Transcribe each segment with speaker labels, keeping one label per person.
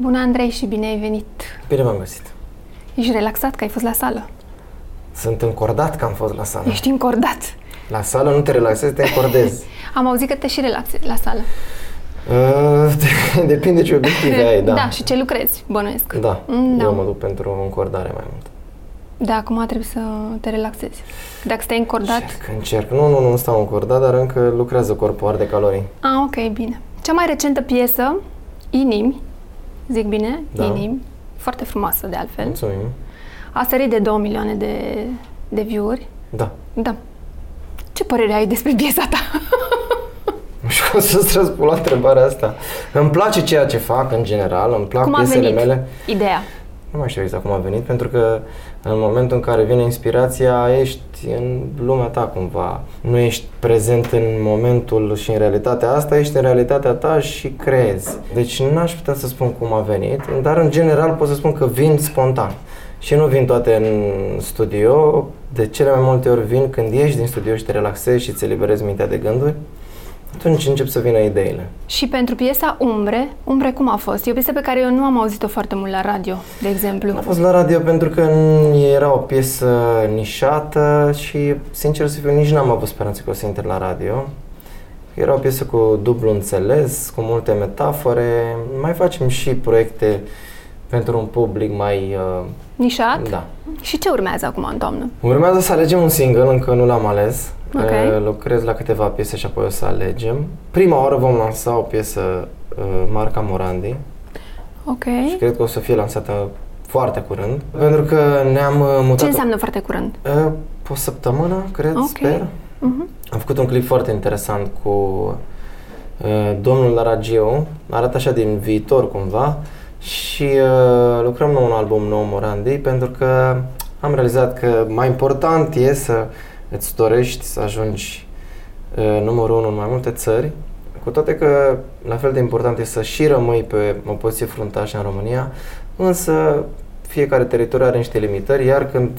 Speaker 1: Bună, Andrei, și bine ai venit.
Speaker 2: Bine v-am găsit.
Speaker 1: Ești relaxat că ai fost la sală.
Speaker 2: Sunt încordat că am fost la sală.
Speaker 1: Ești încordat.
Speaker 2: La sală nu te relaxezi, te încordezi.
Speaker 1: Am auzit că te și relaxezi la sală.
Speaker 2: Uh, Depinde ce obiective ai, da.
Speaker 1: da, și ce lucrezi, bănuiesc.
Speaker 2: Da,
Speaker 1: Mm, da.
Speaker 2: eu mă duc pentru încordare mai mult.
Speaker 1: Da, acum trebuie să te relaxezi. Dacă stai încordat...
Speaker 2: Încerc, încerc. Nu, nu, nu stau încordat, dar încă lucrează corpul, arde calorii.
Speaker 1: A, Ah, ok, bine. Cea mai recentă piesă, Inimi, zic bine,
Speaker 2: Da. Mm.
Speaker 1: Inimi, foarte frumoasă de altfel,
Speaker 2: Mulțumim.
Speaker 1: a sărit de 2 milioane de, de view-uri.
Speaker 2: Da.
Speaker 1: Da. Ce părere ai despre piesa ta?
Speaker 2: Nu știu cum să-ți răspund la întrebarea asta. Îmi place ceea ce fac, în general, îmi plac
Speaker 1: Cum a
Speaker 2: piesele
Speaker 1: venit
Speaker 2: mele.
Speaker 1: ideea?
Speaker 2: Nu mai știu exact cum a venit, pentru că în momentul în care vine inspirația, ești în lumea ta cumva. Nu ești prezent în momentul și în realitatea asta, ești în realitatea ta și creezi. Deci n-aș putea să spun cum a venit, dar în general pot să spun că vin spontan. Și nu vin toate în studio, de cele mai multe ori vin când ieși din studio și te relaxezi și îți eliberezi mintea de gânduri, atunci încep să vină ideile.
Speaker 1: Și pentru piesa Umbre, Umbre cum a fost? E o piesă pe care eu nu am auzit-o foarte mult la radio, de exemplu.
Speaker 2: A fost la radio pentru că n- era o piesă nișată și, sincer să fiu, nici n-am avut speranțe că o să intre la radio. Era o piesă cu dublu înțeles, cu multe metafore. Mai facem și proiecte pentru un public mai... uh,
Speaker 1: Nișat?
Speaker 2: Da.
Speaker 1: Și ce urmează acum în toamnă?
Speaker 2: Urmează să alegem un single, încă nu l-am ales.
Speaker 1: Ok.
Speaker 2: Uh, Lucrez la câteva piese și apoi o să alegem. Prima oară vom lansa o piesă uh, marca Morandi,
Speaker 1: Ok.
Speaker 2: și cred că o să fie lansată foarte curând, pentru că ne-am uh, mutat...
Speaker 1: Ce înseamnă foarte curând?
Speaker 2: Uh, O săptămână, cred,
Speaker 1: Ok.
Speaker 2: sper.
Speaker 1: Mhm.
Speaker 2: Am făcut un clip foarte interesant cu uh, domnul Laragiu, arată așa din viitor cumva și uh, lucrăm la un album nou Morandi pentru că am realizat că mai important e să îți dorești să ajungi uh, numărul unu în mai multe țări, cu toate că la fel de important e să și rămâi pe o poziție fruntașă în România, însă fiecare teritoriu are niște limitări, iar când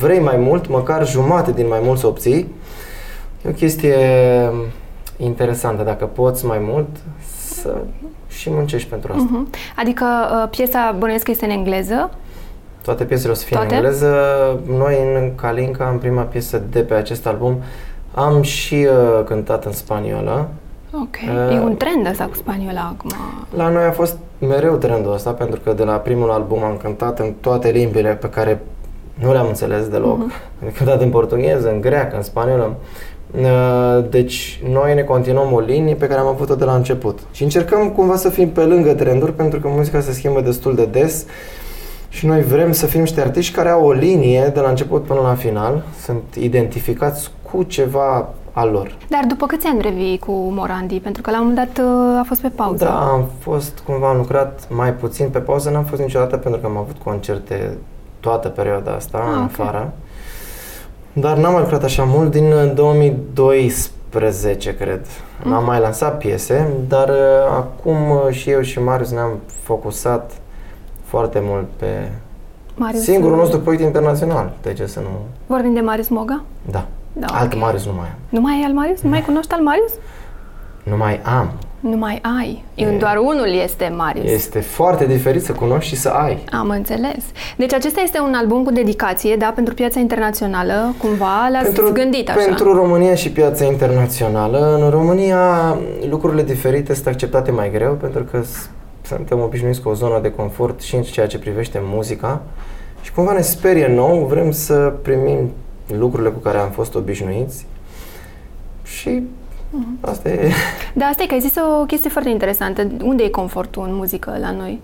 Speaker 2: vrei mai mult, măcar jumate din mai mult să obții, E o chestie interesantă. Dacă poți mai mult, să și muncești pentru asta.
Speaker 1: Mhm. Adică uh, piesa bănuiesc că este în engleză.
Speaker 2: Toate piesele o să fie
Speaker 1: Toate?
Speaker 2: în engleză. Noi în Calinca, în prima piesă de pe acest album, am și uh, cântat în spaniolă.
Speaker 1: Ok.
Speaker 2: Uh,
Speaker 1: E un trend ăsta cu spaniola acum.
Speaker 2: La noi a fost mereu trendul ăsta, pentru că de la primul album am cântat în toate limbile pe care nu le-am înțeles deloc. Am cântat în portugheză, în greacă, în spaniolă. Uh, Deci noi ne continuăm o linie pe care am avut-o de la început. Și încercăm cumva să fim pe lângă trenduri, pentru că muzica se schimbă destul de des. Și noi vrem să fim niște artiști care au o linie de la început până la final, sunt identificați cu ceva al lor.
Speaker 1: Dar după câți ani revii cu Morandi? Pentru că la un moment dat uh, a fost pe pauză.
Speaker 2: Da, am fost, cumva am lucrat mai puțin pe pauză, n-am fost niciodată pentru că am avut concerte toată perioada asta,
Speaker 1: Ah,
Speaker 2: ah, în
Speaker 1: ok.
Speaker 2: afară. Dar n-am mai lucrat așa mult din uh, 2012, cred. Mm. Am mai lansat piese, dar uh, acum uh, și eu și Marius ne-am focusat foarte mult pe
Speaker 1: Marius, uh,
Speaker 2: singurul nostru proiect internațional. De ce să nu...
Speaker 1: Vorbim de Marius Moga?
Speaker 2: Da.
Speaker 1: Da,
Speaker 2: Alt
Speaker 1: ok.
Speaker 2: Marius nu mai am.
Speaker 1: Nu mai ai al Marius? Nu mai cunoști al Marius?
Speaker 2: Nu mai am.
Speaker 1: Nu mai ai. E... Doar unul este Marius.
Speaker 2: Este foarte diferit să cunoști și să ai.
Speaker 1: Am înțeles. Deci acesta este un album cu dedicație, da, pentru piața internațională, cumva l-ați gândit așa.
Speaker 2: Pentru România și piața internațională, în România lucrurile diferite sunt acceptate mai greu pentru că s- suntem obișnuiți cu o zonă de confort și în ceea ce privește muzica și cumva ne sperie nou, vrem să primim lucrurile cu care am fost obișnuiți și
Speaker 1: Mhm.
Speaker 2: asta e.
Speaker 1: Da, asta e că ai zis o chestie foarte interesantă. Unde e confortul în muzică la noi?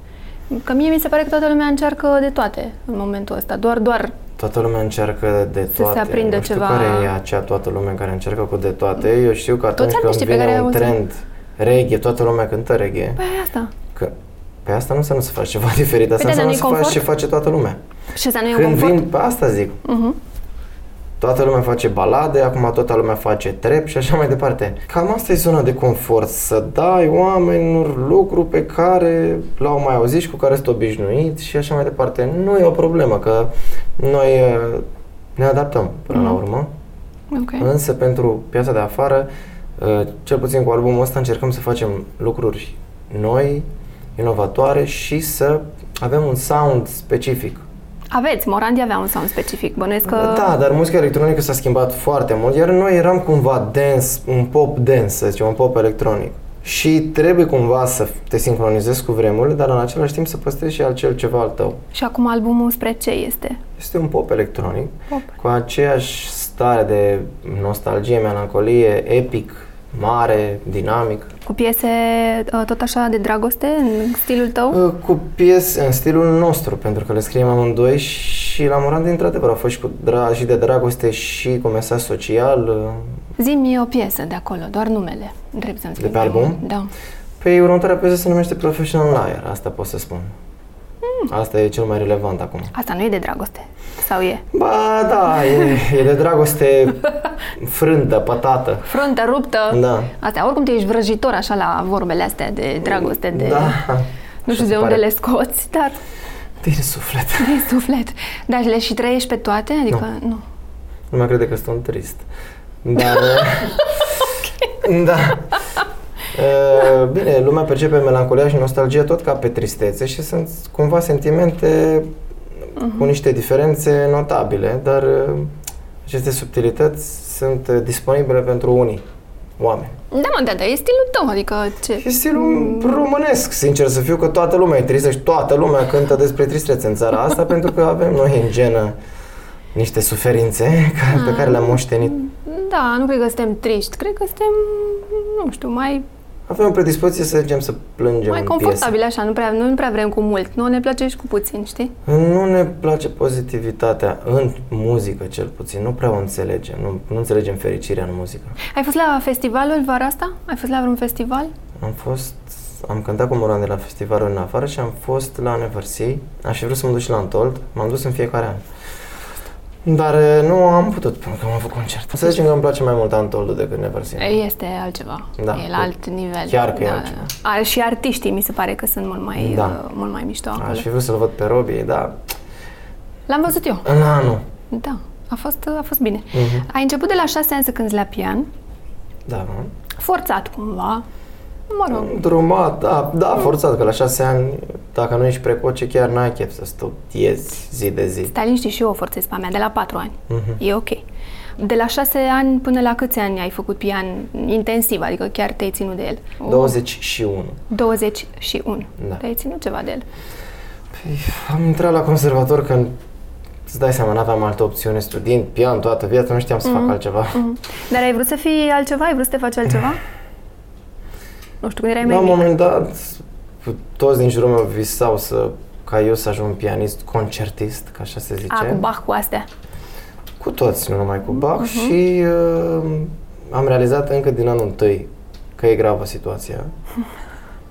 Speaker 1: Că mie mi se pare că toată lumea încearcă de toate în momentul ăsta. Doar, doar
Speaker 2: Toată lumea încearcă de
Speaker 1: se
Speaker 2: toate.
Speaker 1: aprindă
Speaker 2: nu știu
Speaker 1: ceva.
Speaker 2: care e acea toată lumea care încearcă cu de toate. Eu știu că atunci
Speaker 1: artiștii
Speaker 2: când
Speaker 1: pe care ai
Speaker 2: vine un
Speaker 1: auzit.
Speaker 2: trend reggae, toată lumea cântă reggae.
Speaker 1: Păi aia e asta.
Speaker 2: Că pe asta nu înseamnă să faci ceva diferit, asta
Speaker 1: da,
Speaker 2: înseamnă
Speaker 1: dar
Speaker 2: să
Speaker 1: nu-i
Speaker 2: faci ce
Speaker 1: confort?
Speaker 2: face toată lumea.
Speaker 1: Și asta nu e un
Speaker 2: Când
Speaker 1: confort?
Speaker 2: vin, pe asta zic,
Speaker 1: Uh-huh.
Speaker 2: toată lumea face balade, acum toată lumea face trep și așa mai departe. Cam asta e zona de confort, să dai oamenilor lucru pe care l-au mai auzit și cu care sunt obișnuit și așa mai departe. Nu e o problemă, că noi eh, ne adaptăm până
Speaker 1: Mhm.
Speaker 2: la urmă.
Speaker 1: Ok.
Speaker 2: Însă pentru piața de ă, afară, uh, cel puțin cu albumul ăsta, încercăm să facem lucruri noi, inovatoare și să avem un sound specific.
Speaker 1: Aveți, Morandi avea un sound specific, bănuiesc că...
Speaker 2: Da, dar muzica electronică s-a schimbat foarte mult, iar noi eram cumva dance, un pop dance, să zicem, un pop electronic. Și trebuie cumva să te sincronizezi cu vremurile, dar în același timp să păstrezi și acel ceva al tău.
Speaker 1: Și acum albumul spre ce este?
Speaker 2: Este un pop electronic,
Speaker 1: Pop.
Speaker 2: cu aceeași stare de nostalgie, melancolie, epic, mare, dinamic.
Speaker 1: Cu piese uh, tot așa de dragoste, în stilul tău?
Speaker 2: Uh, Cu piese în stilul nostru, pentru că le scriem amândoi și la Morandi, într-adevăr, a fost și, cu dra- și de dragoste și cu mesaj social. uh.
Speaker 1: Zi-mi o piesă de acolo, doar numele, drept să-mi spui
Speaker 2: pe album?
Speaker 1: Da.
Speaker 2: Păi următoarea piesă se numește Professional Liar, asta pot să spun.
Speaker 1: Hmm.
Speaker 2: Asta e cel mai relevant acum.
Speaker 1: Asta nu e de dragoste, sau e?
Speaker 2: Ba, da, e, e de dragoste frântă, pătată.
Speaker 1: Fruntă ruptă.
Speaker 2: Da.
Speaker 1: Asta, oricum te ești vrăjitor așa la vorbele astea de dragoste, de...
Speaker 2: Da.
Speaker 1: Nu știu
Speaker 2: Se
Speaker 1: de unde
Speaker 2: pare
Speaker 1: le scoți, dar
Speaker 2: Din suflet.
Speaker 1: de suflet. Dar le și trăiești pe toate? Adică, nu. nu.
Speaker 2: Nu mai crede că sunt trist. Dar... Da. E, Bine, lumea percepe melancolia și nostalgia tot ca pe tristețe și sunt cumva sentimente cu niște diferențe notabile, dar e, aceste subtilități sunt e, disponibile pentru unii oameni.
Speaker 1: Da, mă, da, da, e stilul tău, adică
Speaker 2: E
Speaker 1: ce?
Speaker 2: stilul românesc, sincer să fiu, că toată lumea e tristă și toată lumea cântă despre tristețe în țara asta, pentru că avem noi în genă niște suferințe care, pe care le-am moștenit
Speaker 1: Da, nu cred că suntem triști, cred că suntem, nu știu, mai,
Speaker 2: Avem o predispoziție să mergem să plângem
Speaker 1: mai
Speaker 2: în
Speaker 1: confortabili așa, nu prea, nu prea vrem cu mult, nu ne place și cu puțin, știi?
Speaker 2: piese. Nu ne place pozitivitatea în muzică, cel puțin. Nu prea o înțelegem. Nu, nu înțelegem fericirea în muzică.
Speaker 1: Ai fost la festivalul vara asta? Ai fost la vreun festival?
Speaker 2: Am fost... Am cântat cu Moran de la festivalul în afară și am fost la Anniversary. Aș fi vrut să mă duc și la Antold. M-am dus în fiecare an. Dar e, nu am putut, pentru că am avut concert. Să zicem că îmi place mai mult Antoldul decât Anniversary.
Speaker 1: Este altceva,
Speaker 2: Da,
Speaker 1: e la
Speaker 2: cu-
Speaker 1: alt nivel.
Speaker 2: chiar că e
Speaker 1: da.
Speaker 2: altceva.
Speaker 1: A, și artiștii mi se pare că sunt mult mai,
Speaker 2: Da.
Speaker 1: uh, mult mai mișto acolo.
Speaker 2: Aș fi vrut să-l văd pe Robbie, dar...
Speaker 1: L-am văzut eu,
Speaker 2: În anul.
Speaker 1: da, a fost, a fost bine.
Speaker 2: Mhm.
Speaker 1: Ai început de la șase ani să cânti la pian,
Speaker 2: Da, mă.
Speaker 1: forțat cumva, mă rog,
Speaker 2: Drumat, da, da, forțat, că la șase ani, dacă nu ești precoce, chiar n-ai chef să studiezi zi de zi.
Speaker 1: Stai liniștit și eu o forțez pe a mea, de la 4 ani.
Speaker 2: Mhm.
Speaker 1: E ok. De la 6 ani până la câți ani ai făcut pian intensiv, adică chiar te-ai ținut de el?
Speaker 2: Oh. 21.
Speaker 1: 21.
Speaker 2: Da.
Speaker 1: Te-ai ținut ceva de el.
Speaker 2: Păi, am intrat la conservator că îți dai seama, n-aveam altă opțiune, studiind pian toată viața, nu știam să fac altceva.
Speaker 1: Dar ai vrut să fii altceva? Ai vrut să te faci altceva? Nu știu, când erai
Speaker 2: La
Speaker 1: mai
Speaker 2: un
Speaker 1: mic.
Speaker 2: moment dat, toți din jurul meu visau să ca eu să ajung pianist, concertist, ca așa se zice.
Speaker 1: A, cu Bach, cu astea.
Speaker 2: Cu toți, nu numai cu Bach și uh, am realizat încă din anul întâi că e gravă situația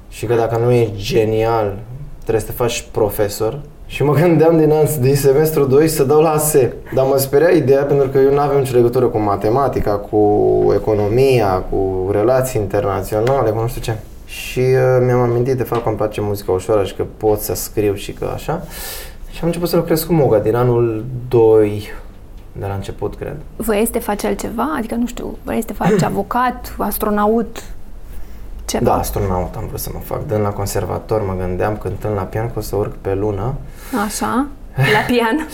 Speaker 2: și că dacă nu ești genial, trebuie să te faci profesor. Și mă gândeam din, an, din semestru 2 să dau la ASE, dar mă speria ideea pentru că eu nu aveam nicio legătură cu matematica, cu economia, cu relații internaționale, cu nu știu ce. Și uh, mi-am amintit de fapt că îmi place muzica ușoară și că pot să scriu și că așa. Și am început să lucrez cu Moga din anul 2, de la început, cred.
Speaker 1: Vrei să te faci altceva? Adică, nu știu, vrei să te faci avocat, astronaut, ceva?
Speaker 2: Da, astronaut am vrut să mă fac. Dând la conservator, mă gândeam cântând la pian că o să urc pe lună.
Speaker 1: Așa, la pian.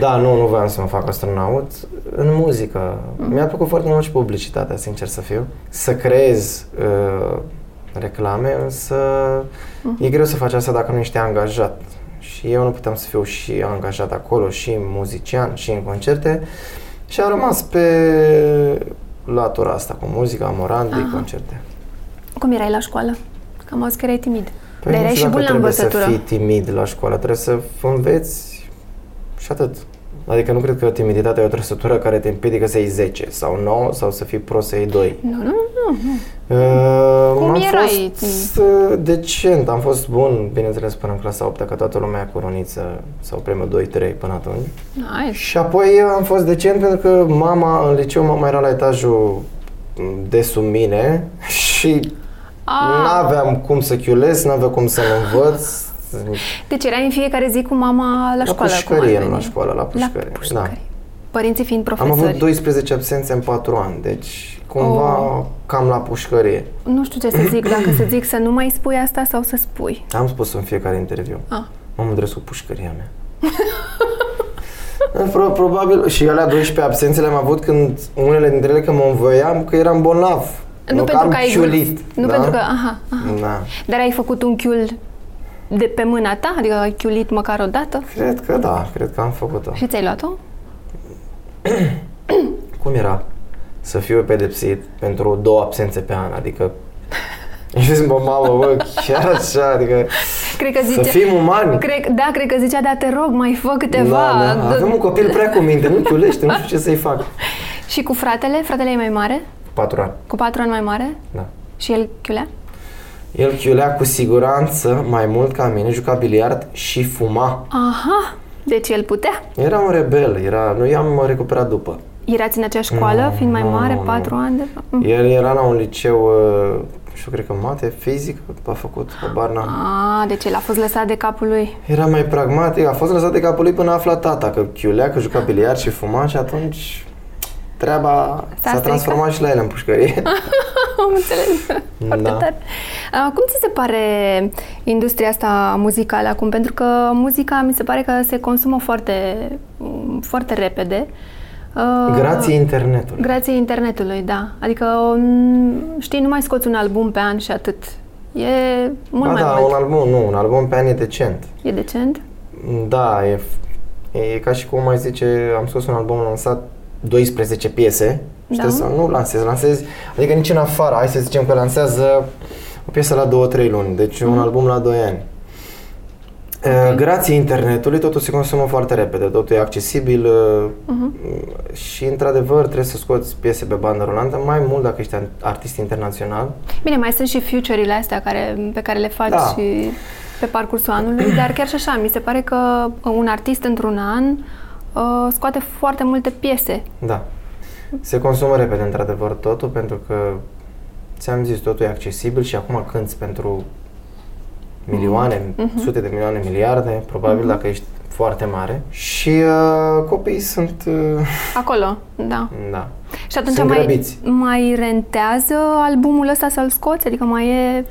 Speaker 2: Da, nu, nu voiam să mă fac astronaut. În muzică. Mi-a plăcut foarte mult și publicitatea, sincer să fiu. Să creez uh, reclame, însă e greu să faci asta dacă nu ești angajat. Și eu nu puteam să fiu și angajat acolo, și muzician, și în concerte. Și am rămas pe latura asta cu muzica, morandii, concerte.
Speaker 1: Cum erai la școală? Că am auzit că erai timid. Dar
Speaker 2: Păi nu
Speaker 1: erai
Speaker 2: știu
Speaker 1: și
Speaker 2: dacă
Speaker 1: bun la
Speaker 2: trebuie
Speaker 1: învățătură.
Speaker 2: să fii timid la școală, trebuie să înveți și atât. Adică nu cred că timiditatea e o trăsătură care te împiedică să iei 10 sau 9 sau să fii prost să iei 2.
Speaker 1: Nu, nu, nu, nu.
Speaker 2: Uh,
Speaker 1: Cum
Speaker 2: am
Speaker 1: erai?
Speaker 2: fost uh, decent, am fost bun, bineînțeles, până în clasa 8 ca toată lumea cu roniță sau premiul 2-3 până atunci.
Speaker 1: Nice.
Speaker 2: Și apoi am fost decent pentru că mama, în liceu, mama era la etajul mm, de sub mine și
Speaker 1: Ah.
Speaker 2: n-aveam cum să chiulez, n-aveam cum să mă învăț.
Speaker 1: Deci erai în fiecare zi cu mama la
Speaker 2: La
Speaker 1: școală?
Speaker 2: pușcărie,
Speaker 1: cum ar
Speaker 2: nu la
Speaker 1: veni?
Speaker 2: școală, la pușcărie.
Speaker 1: La
Speaker 2: Da.
Speaker 1: pușcărie. Părinții fiind
Speaker 2: Am
Speaker 1: profesori.
Speaker 2: avut 12 absențe în 4 ani, deci cumva
Speaker 1: Oh.
Speaker 2: cam la pușcărie.
Speaker 1: Nu știu ce să zic, dacă să zic să nu mai spui asta sau să spui.
Speaker 2: Am spus în fiecare interviu.
Speaker 1: Ah.
Speaker 2: Mă mândresc cu pușcăria mea. Pro- probabil și alea 12 absențe le-am avut când unele dintre ele că mă învoiam că eram bolnav.
Speaker 1: Nu, pentru
Speaker 2: am
Speaker 1: că ai
Speaker 2: ciulit,
Speaker 1: Nu
Speaker 2: da?
Speaker 1: pentru că, aha, aha.
Speaker 2: Da.
Speaker 1: Dar ai făcut un chiul de pe mâna ta? Adică ai chiulit măcar o dată?
Speaker 2: Cred că da, cred că am făcut-o.
Speaker 1: Și ți-ai luat-o?
Speaker 2: Cum era să fiu pedepsit pentru două absențe pe an? Adică și zic, bă, mamă, bă, chiar așa, adică
Speaker 1: Cred că
Speaker 2: să
Speaker 1: zice...
Speaker 2: fim umani.
Speaker 1: Cred, da, cred că zicea, da, te rog, mai fă câteva.
Speaker 2: Da, da, avem un copil prea cu minte, nu chiulește, nu știu ce să-i fac.
Speaker 1: Și cu fratele? Fratele e mai mare?
Speaker 2: Patru ani,
Speaker 1: Cu patru ani mai mare?
Speaker 2: da.
Speaker 1: Și el chiulea?
Speaker 2: El chiulea cu siguranță mai mult ca mine, juca biliard și fuma.
Speaker 1: Aha, deci el putea.
Speaker 2: Era un rebel, era, nu i-am recuperat după.
Speaker 1: Erați în aceeași școală,
Speaker 2: Nu,
Speaker 1: fiind mai
Speaker 2: nu,
Speaker 1: mare,
Speaker 2: nu, nu.
Speaker 1: patru ani de fapt? Mm.
Speaker 2: El era la un liceu, uh, nu știu, cred că mate, fizic, a făcut, habar n-am.
Speaker 1: A, deci el a fost lăsat de capul lui.
Speaker 2: Era mai pragmatic, a fost lăsat de capul lui până a aflat tata că chiulea, că juca biliard și fuma și atunci treaba s-a,
Speaker 1: stricat?
Speaker 2: transformat și la el în pușcărie.
Speaker 1: Am înțeles. Foarte
Speaker 2: Da.
Speaker 1: tare. A, uh, Cum ți se pare industria asta muzicală acum? Pentru că muzica mi se pare că se consumă foarte, mm, foarte repede. A,
Speaker 2: Grație internetului.
Speaker 1: Grație internetului, da. Adică, mm, știi, nu mai scoți un album pe an și atât. E mult
Speaker 2: ba
Speaker 1: mai
Speaker 2: da,
Speaker 1: mult.
Speaker 2: un album, nu, un album pe an e decent.
Speaker 1: E decent?
Speaker 2: Da, e, f- e ca și cum mai zice, am scos un album, am lansat 12 piese și
Speaker 1: Da.
Speaker 2: trebuie să nu lansezi, lansezi, adică nici în afară, hai să zicem că lansează o piesă la 2-3 luni, deci un album la 2 ani. Okay. Grație internetului totul se consumă foarte repede, totul e accesibil uh-huh. și într-adevăr trebuie să scoți piese pe bandă rulantă, mai mult dacă ești artist internațional.
Speaker 1: Bine, mai sunt și future-urile astea care, pe care le faci
Speaker 2: Da.
Speaker 1: și pe parcursul anului, dar chiar și așa, mi se pare că un artist într-un an uh, scoate foarte multe piese.
Speaker 2: Da. Se consumă repede, într-adevăr, totul, pentru că, ți-am zis, totul e accesibil și acum cânti pentru milioane,
Speaker 1: Mhm.
Speaker 2: sute de milioane, miliarde, probabil dacă ești foarte mare. Și uh, copiii sunt, uh,
Speaker 1: Acolo, da.
Speaker 2: da,
Speaker 1: Și atunci
Speaker 2: Sunt
Speaker 1: mai,
Speaker 2: grăbiți.
Speaker 1: mai rentează albumul ăsta să-l scoți? Adică mai e...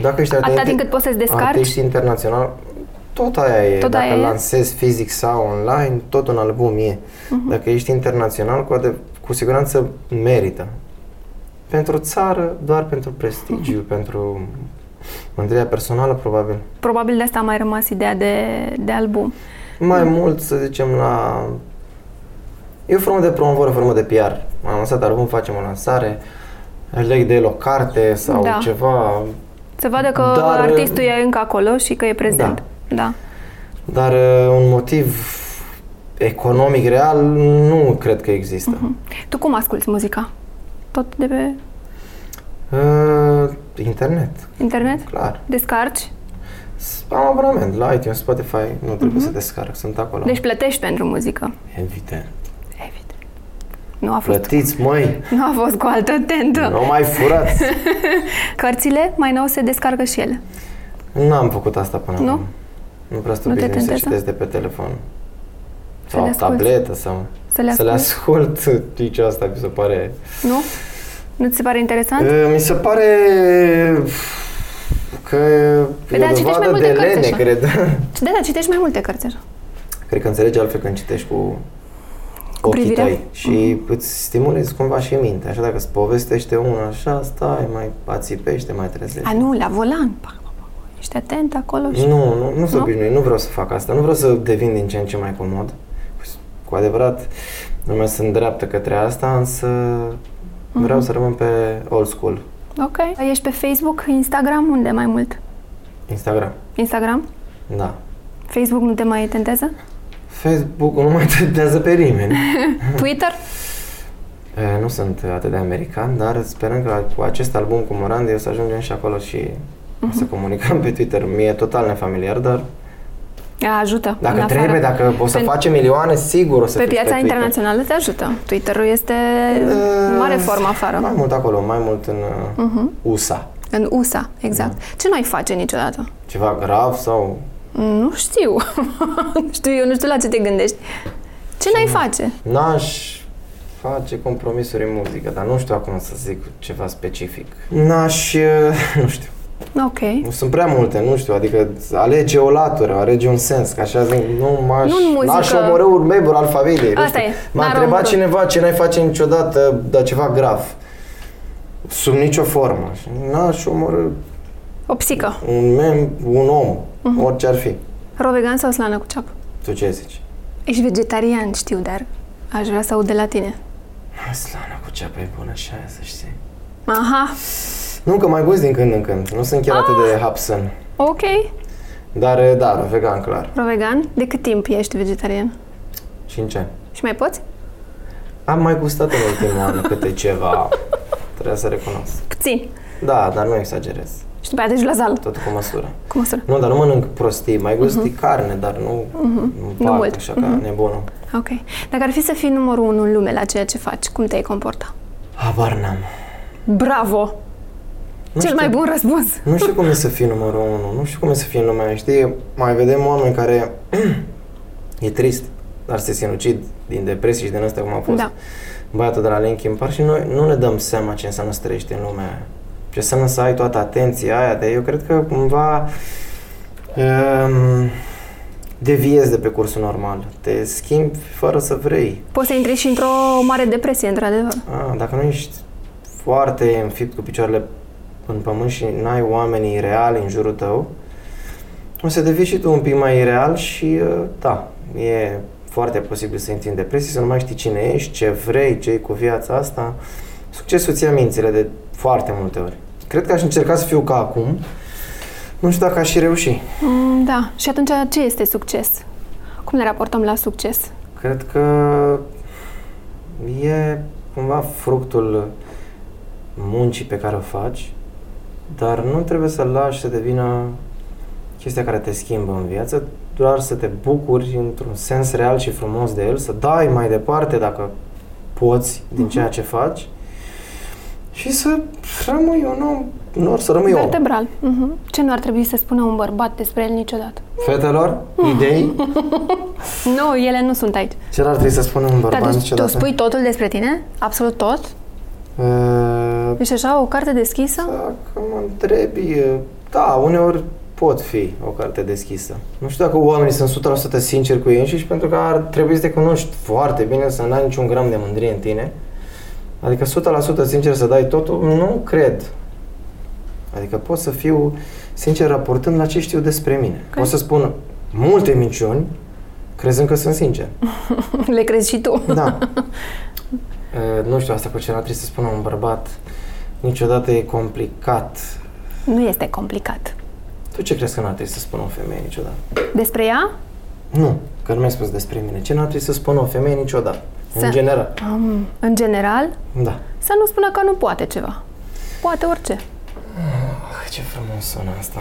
Speaker 2: Dacă ești
Speaker 1: Atâta
Speaker 2: atent-
Speaker 1: timp cât poți să-ți descarci?
Speaker 2: Artist internațional, tot aia e.
Speaker 1: Tot
Speaker 2: Dacă
Speaker 1: aia e?
Speaker 2: lansezi fizic sau online, tot un album e.
Speaker 1: Mhm.
Speaker 2: Dacă ești internațional, cu, adev- cu siguranță merită. Pentru țară, doar pentru prestigiu,
Speaker 1: Mhm.
Speaker 2: pentru mândria personală, probabil.
Speaker 1: Probabil de asta a mai rămas ideea de, de album.
Speaker 2: Mai
Speaker 1: Mhm.
Speaker 2: mult, să zicem, la... E o formă de promovare, o formă de PR. Am lansat album, facem o lansare, leg de el o carte sau
Speaker 1: Da.
Speaker 2: ceva,
Speaker 1: Se vadă că
Speaker 2: Dar-
Speaker 1: artistul e încă acolo și că e prezent. Da. da.
Speaker 2: Dar uh, un motiv economic real nu cred că există. Uh-huh.
Speaker 1: Tu cum asculti muzica? Tot de pe
Speaker 2: Uh, internet,
Speaker 1: internet?
Speaker 2: clar.
Speaker 1: Descarci?
Speaker 2: S- Am abonament la iTunes, Spotify, nu trebuie uh-huh. să descarc, sunt acolo.
Speaker 1: Mhm. Deci plătești pentru muzică.
Speaker 2: Evident.
Speaker 1: Evident. Nu a fost,
Speaker 2: Plătiți, măi!
Speaker 1: nu a fost cu altă tentă.
Speaker 2: Nu mai furați!
Speaker 1: Cărțile, mai nou, se descarcă și ele.
Speaker 2: N-am făcut asta până
Speaker 1: Nu?
Speaker 2: acum. Nu prea stă
Speaker 1: Nu te
Speaker 2: bine să
Speaker 1: tentează?
Speaker 2: citesc de pe telefon.
Speaker 1: Să le
Speaker 2: Sau
Speaker 1: asculți.
Speaker 2: tabletă sau...
Speaker 1: Să le
Speaker 2: Să le
Speaker 1: asculti?
Speaker 2: ascult, nici asta mi se pare...
Speaker 1: Nu? Nu ți se pare interesant?
Speaker 2: Uh, Mi se pare uh, că
Speaker 1: Păi da,
Speaker 2: e o
Speaker 1: citești mai
Speaker 2: dovadă
Speaker 1: multe
Speaker 2: de
Speaker 1: cărți
Speaker 2: lene,
Speaker 1: așa.
Speaker 2: cred.
Speaker 1: Da, da, citești mai multe cărți așa.
Speaker 2: Cred că înțelegi altfel când citești cu ochii
Speaker 1: privirea.
Speaker 2: tăi și
Speaker 1: Mhm.
Speaker 2: îți stimulezi cumva și mintea. Așa dacă îți povestește una așa, stai, mai ațipește, mai trezește.
Speaker 1: A, nu, la volan. Pac, pac, pac. Ești atent acolo și...
Speaker 2: Nu, nu, nu sunt
Speaker 1: Nu?
Speaker 2: obișnuit, nu vreau să fac asta, nu vreau să devin din ce în ce mai comod. Cu adevărat, lumea se îndreaptă către asta, însă vreau
Speaker 1: Mhm.
Speaker 2: să rămân pe old school,
Speaker 1: Ok. Ești pe Facebook, Instagram, unde mai mult?
Speaker 2: Instagram.
Speaker 1: Instagram?
Speaker 2: Da.
Speaker 1: Facebook nu te mai tentează?
Speaker 2: Mm. Facebook nu mai tentează pe nimeni.
Speaker 1: Twitter?
Speaker 2: E, Nu sunt atât de american, dar sperăm că cu acest album cu Morandi o să ajungem și acolo și o
Speaker 1: Mhm.
Speaker 2: să comunicăm pe Twitter. Mie e total nefamiliar, dar
Speaker 1: A, ajută.
Speaker 2: dacă
Speaker 1: în afară.
Speaker 2: trebuie, dacă o să
Speaker 1: Pen-
Speaker 2: facem milioane, sigur o să
Speaker 1: Pe
Speaker 2: fiți
Speaker 1: piața
Speaker 2: pe Twitter. Mm.
Speaker 1: internațională te ajută. Twitter-ul este în
Speaker 2: E,
Speaker 1: mare formă afară.
Speaker 2: Mai mult acolo, mai mult în
Speaker 1: Mhm.
Speaker 2: uh-huh. USA.
Speaker 1: În USA,
Speaker 2: Mm.
Speaker 1: exact. Ce nu ai face niciodată?
Speaker 2: Ceva grav sau...
Speaker 1: Nu știu.
Speaker 2: Mm.
Speaker 1: nu știu, eu nu știu la ce te gândești. Ce n-ai face?
Speaker 2: N-aș face compromisuri în muzică, dar nu știu acum să zic ceva specific. N-aș, uh, nu știu,
Speaker 1: Ok.
Speaker 2: nu sunt prea multe, nu știu, adică alege o latură, alege un sens, ca așa zic, nu m-aș,
Speaker 1: Nu în muzică.
Speaker 2: n-aș omorâ un membru al familiei. nu
Speaker 1: Asta
Speaker 2: știu.
Speaker 1: e,
Speaker 2: M-a
Speaker 1: n-ar
Speaker 2: întrebat
Speaker 1: omorâ.
Speaker 2: cineva ce n-ai face niciodată, dar ceva grav. Sub nicio formă. Și N-aș omorâ
Speaker 1: O psică.
Speaker 2: un mem, un om,
Speaker 1: Mhm.
Speaker 2: orice ar fi.
Speaker 1: Rovegan sau slană cu ceapă?
Speaker 2: Tu ce zici?
Speaker 1: Ești vegetarian, știu, dar aș vrea să aud de la tine.
Speaker 2: Slana cu ceapă e bună și aia, să știi.
Speaker 1: Aha,
Speaker 2: Nu, că mai gust din când în când. Nu sunt chiar atât
Speaker 1: Ah!
Speaker 2: de hapsân.
Speaker 1: ok.
Speaker 2: Dar, e, da, vegan, clar.
Speaker 1: Rovegan, de cât timp ești vegetarian?
Speaker 2: 5 ani.
Speaker 1: Și mai poți?
Speaker 2: Am mai gustat în ultimul an câte ceva. Trebuie să recunosc.
Speaker 1: Puțin.
Speaker 2: Da, dar nu exagerez.
Speaker 1: Și după aia deci la zal.
Speaker 2: Totul cu măsură.
Speaker 1: Cu măsură.
Speaker 2: Nu, dar nu mănânc prostii. Mai gust uh-huh. carne, dar nu, uh-huh. nu,
Speaker 1: Nu
Speaker 2: parc,
Speaker 1: mult.
Speaker 2: așa ca uh-huh. nebunul.
Speaker 1: Ok. Dacă ar fi să fii numărul unu în lume la ceea ce faci, cum te-ai comporta?
Speaker 2: Habar n-am.
Speaker 1: Bravo!
Speaker 2: Nu
Speaker 1: Cel
Speaker 2: știu.
Speaker 1: mai bun răspuns.
Speaker 2: Nu știu cum e să fii numărul unu, nu știu cum e să fii în lumea, știi? Mai vedem oameni care e trist, dar se sinucid din depresii și din astea cum a fost
Speaker 1: Da.
Speaker 2: băiatul de la Linkin Park și noi nu ne dăm seama ce înseamnă să trăiești în lumea aia. Ce înseamnă să ai toată atenția aia, de eu cred că cumva um, deviezi de pe cursul normal, te schimbi fără să vrei.
Speaker 1: Poți să intri și într-o mare depresie, într-adevăr.
Speaker 2: Ah, dacă nu ești foarte înfipt cu picioarele în pământ și n-ai oamenii reali în jurul tău, o să devii și tu un pic mai real și uh, da, e foarte posibil să intri în depresie, să nu mai știi cine ești, ce vrei, ce cu viața asta. Succesul ți mințile de foarte multe ori. Cred că aș încerca să fiu ca acum. Nu știu dacă aș și reuși.
Speaker 1: Mm, da. Și atunci ce este succes? Cum ne raportăm la succes?
Speaker 2: Cred că e cumva fructul muncii pe care o faci, dar nu trebuie să lași să devină chestia care te schimbă în viață, doar să te bucuri într-un sens real și frumos de el, să dai mai departe dacă poți din ceea ce faci și să rămâi un om, nu, or să rămâi
Speaker 1: Da,
Speaker 2: om.
Speaker 1: Vertebral. Mhm. Ce nu ar trebui să spună un bărbat despre el niciodată?
Speaker 2: Fetelor, idei,
Speaker 1: Nu, ele nu sunt aici.
Speaker 2: ce ar trebui să spună
Speaker 1: Dar
Speaker 2: un bărbat
Speaker 1: deci tu
Speaker 2: niciodată?
Speaker 1: spui totul despre tine? Absolut tot?
Speaker 2: Uh,
Speaker 1: Ești Deci așa, o carte deschisă?
Speaker 2: Dacă mă întrebi, e, da, uneori pot fi o carte deschisă. Nu știu dacă oamenii sunt 100% sinceri cu ei înșiși, pentru că ar trebui să te cunoști foarte bine, să n-ai niciun gram de mândrie în tine. Adică 100% sincer să dai totul, nu cred. Adică pot să fiu sincer raportând la ce știu despre mine. Okay. Pot să spun multe minciuni, crezând că sunt sincer.
Speaker 1: Le crezi și tu.
Speaker 2: Da. E, nu știu asta cu ce n-ar trebui să spună un bărbat. Niciodată e complicat.
Speaker 1: Nu este complicat.
Speaker 2: Tu ce crezi că n-ar trebui să spună o femeie niciodată?
Speaker 1: Despre ea?
Speaker 2: Nu, că nu mi-ai spus despre mine. Ce n-ar trebui să spună o femeie niciodată? Să...
Speaker 1: Să-
Speaker 2: În general.
Speaker 1: Um, în general,
Speaker 2: Da.
Speaker 1: să nu spună că nu poate ceva. Poate orice.
Speaker 2: Ah, ce frumos sună asta.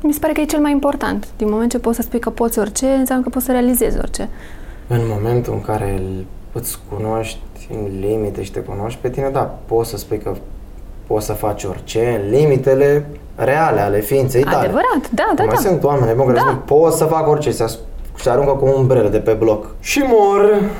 Speaker 1: Mi se pare că e cel mai important. Din moment ce poți să spui că poți orice, înseamnă că poți să realizezi orice.
Speaker 2: În momentul în care îl- îți cunoști în limite și te cunoști pe tine, da, poți să spui că poți să faci orice în limitele reale ale ființei tale.
Speaker 1: Adevărat, da, da,
Speaker 2: Mai
Speaker 1: da.
Speaker 2: sunt oameni buni care
Speaker 1: Da.
Speaker 2: spun, pot să fac orice, se, as- se aruncă cu o umbrelă de pe bloc și mor.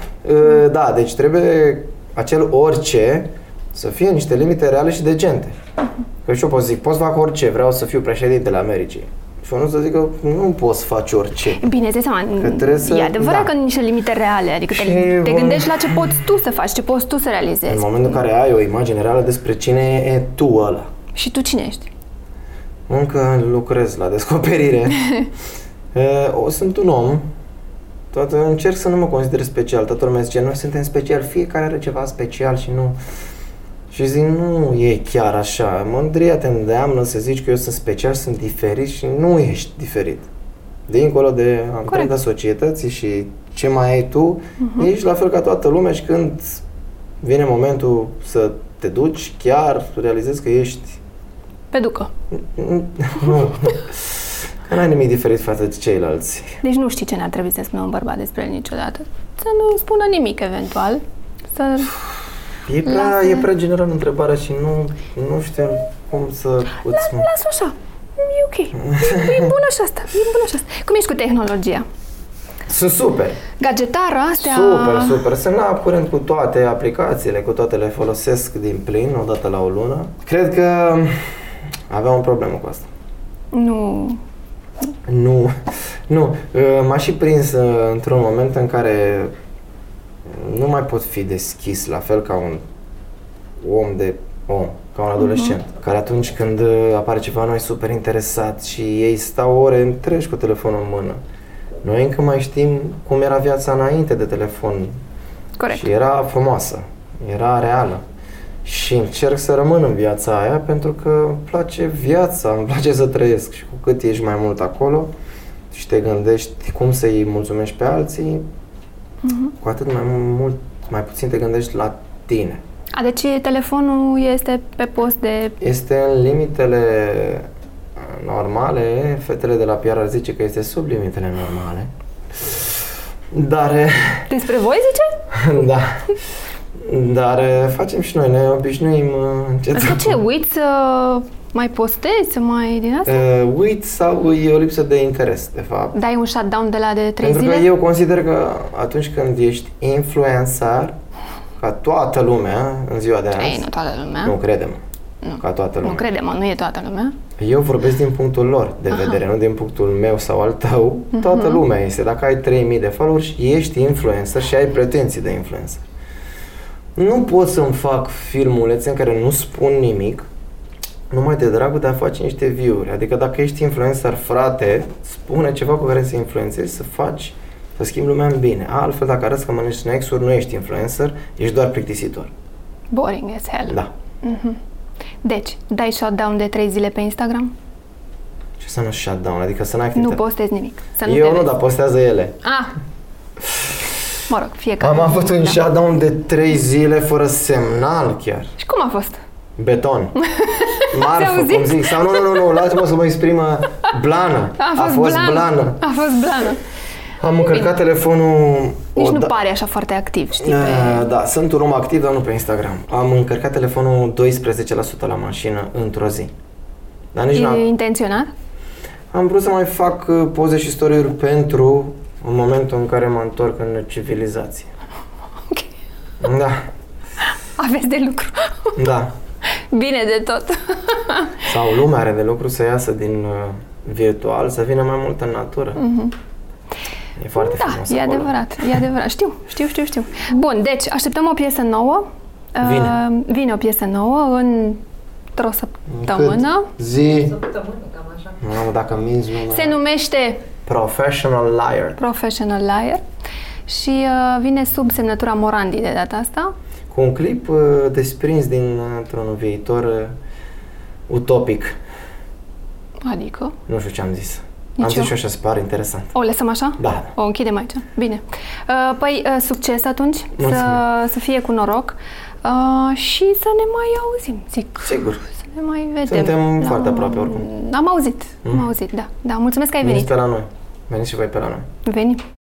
Speaker 2: E, Da, deci trebuie acel orice să fie niște limite reale și decente.
Speaker 1: Mhm.
Speaker 2: Că și eu pot să zic, pot să fac orice, vreau să fiu președintele Americii. Și unul să zică, nu poți să faci orice.
Speaker 1: Bine, îți dai seama,
Speaker 2: Că trebuie să-
Speaker 1: e adevărat
Speaker 2: da.
Speaker 1: că niște limite reale, adică
Speaker 2: Și
Speaker 1: te, te
Speaker 2: vom-
Speaker 1: gândești la ce poți tu să faci, ce poți tu să
Speaker 2: În
Speaker 1: realizezi.
Speaker 2: momentul în care ai o imagine reală despre cine e tu ăla.
Speaker 1: Și tu cine ești?
Speaker 2: Încă lucrez la descoperire. E, o, sunt un om. Toată, încerc să nu mă consider special. Toată lumea zice, noi suntem special, fiecare are ceva special și nu... Și zic, nu e chiar așa. Mândria te îndeamnă să zici că eu sunt special, sunt diferit și nu ești diferit. Dincolo de amprenta societății și ce mai ai tu, uh-huh. ești la fel ca toată lumea și când vine momentul să te duci, chiar realizezi că ești
Speaker 1: Pe ducă.
Speaker 2: nu. Că n-ai nimic diferit față de ceilalți.
Speaker 1: Deci nu știi ce n-ar trebui să spună un bărbat despre el niciodată. Să nu spună nimic eventual. Să...
Speaker 2: E prea,
Speaker 1: Lasă.
Speaker 2: e prea general întrebarea și nu, nu știu cum să îți...
Speaker 1: Las-o așa. E ok. E, e bună și asta. E bună și asta. Cum ești cu tehnologia?
Speaker 2: Sunt super!
Speaker 1: Gadgetară, astea...
Speaker 2: Super, super. Sunt la curent cu toate aplicațiile, cu toate le folosesc din plin, o dată la o lună. Cred că aveam o problemă cu asta.
Speaker 1: Nu.
Speaker 2: Nu, nu. Uh, M-a și prins uh, într-un moment în care nu mai pot fi deschis la fel ca un om de om, ca un adolescent, care atunci când uh, apare ceva noi super interesat și ei stau ore întregi cu telefonul în mână. Noi încă mai știm cum era viața înainte de telefon.
Speaker 1: Corect.
Speaker 2: Și era frumoasă, era reală. Și încerc să rămân în viața aia pentru că îmi place viața, îmi place să trăiesc și cu cât ești mai mult acolo și te gândești cum să-i mulțumești pe alții, cu atât mai mult, mai puțin te gândești la tine.
Speaker 1: A, deci telefonul este pe post de...
Speaker 2: Este în limitele normale, fetele de la PR ar zice că este sub limitele normale, dar eh,
Speaker 1: Despre voi, zice?
Speaker 2: Da. Dar eh, facem și noi, ne obișnuim eh, încet.
Speaker 1: Adică ce, uiți să mai postezi, să mai din asta?
Speaker 2: Eh, Uit sau e o lipsă de interes, de fapt.
Speaker 1: Dai un shutdown de la de 3
Speaker 2: Pentru
Speaker 1: zile?
Speaker 2: că eu consider că atunci când ești influencer, ca toată lumea în ziua de azi,
Speaker 1: Ei, nu toată lumea.
Speaker 2: nu credem,
Speaker 1: Nu.
Speaker 2: ca toată
Speaker 1: nu
Speaker 2: lumea.
Speaker 1: crede-mă, nu e toată lumea.
Speaker 2: Eu vorbesc din punctul lor de vedere, nu din punctul meu sau al tău.
Speaker 1: Mhm.
Speaker 2: Toată lumea este. Dacă ai 3000 de followers, ești influencer și ai pretenții de influencer. Nu pot să-mi fac filmulețe în care nu spun nimic, numai de dragul de a face niște view-uri. Adică dacă ești influencer, frate, spune ceva cu care să influențezi, să faci, să schimbi lumea în bine. Altfel, dacă arăți că mănânci snacks-uri, nu ești influencer, ești doar plictisitor.
Speaker 1: Boring as hell.
Speaker 2: Da.
Speaker 1: Deci, dai shutdown de 3 zile pe Instagram?
Speaker 2: Ce înseamnă shutdown? Adică să n-ai
Speaker 1: Nu
Speaker 2: activitate.
Speaker 1: postezi nimic. Să nu te
Speaker 2: Eu nu,
Speaker 1: vezi.
Speaker 2: dar postează ele.
Speaker 1: Ah! Mă rog, fiecare.
Speaker 2: Am avut un
Speaker 1: Da.
Speaker 2: shutdown de 3 zile fără semnal chiar.
Speaker 1: Și cum a fost?
Speaker 2: Beton. Marfă,
Speaker 1: Ați auzit?
Speaker 2: cum zic. Sau nu, nu, nu, nu, lați-mă să mă exprimă blană.
Speaker 1: A fost, blană. A fost blană.
Speaker 2: Am încărcat telefonul
Speaker 1: Nici
Speaker 2: o
Speaker 1: nu
Speaker 2: da-
Speaker 1: pare așa foarte activ, știi? Pe...
Speaker 2: Eh, Da, sunt un om activ, dar nu pe Instagram. Am încărcat telefonul 12% la mașină într-o zi. Dar nici
Speaker 1: E
Speaker 2: n-am...
Speaker 1: intenționat?
Speaker 2: Am vrut să mai fac uh, poze și story pentru în momentul în care mă întorc în civilizație.
Speaker 1: Ok.
Speaker 2: Da,
Speaker 1: Aveți de lucru.
Speaker 2: da.
Speaker 1: Bine de tot.
Speaker 2: Sau lumea are de lucru să iasă din uh, virtual, să vină mai mult în natură. E foarte
Speaker 1: Mhm. da,
Speaker 2: frumos
Speaker 1: e
Speaker 2: acolo.
Speaker 1: adevărat, e adevărat. Știu, știu, știu, știu. Bun, deci așteptăm o piesă nouă. Uh,
Speaker 2: Vine.
Speaker 1: vine o piesă nouă în o săptămână.
Speaker 2: Zi,
Speaker 3: Săptămână, cam așa.
Speaker 2: mamă, dacă minți lumea.
Speaker 1: Se numește
Speaker 2: Professional liar.
Speaker 1: Professional Liar și uh, vine sub semnătura Morandi de data asta.
Speaker 2: Cu un clip uh, desprins dintr-un viitor uh, utopic.
Speaker 1: Adică...
Speaker 2: Nu știu ce am zis.
Speaker 1: Nici
Speaker 2: am
Speaker 1: eu.
Speaker 2: zis și așa, se pare interesant.
Speaker 1: O lăsăm așa?
Speaker 2: Da.
Speaker 1: O închidem aici. Bine. Uh, Păi, uh, succes atunci. Să,
Speaker 2: Mulțumim.
Speaker 1: să fie cu noroc. Uh, și să ne mai auzim, zic.
Speaker 2: Sigur.
Speaker 1: Să ne mai vedem.
Speaker 2: Suntem
Speaker 1: La-
Speaker 2: foarte aproape oricum. Mm.
Speaker 1: Am auzit, am auzit, da. Da, mulțumesc că ai
Speaker 2: Veniți
Speaker 1: venit.
Speaker 2: pe la noi. Veniți și voi pe la noi.
Speaker 1: Venim.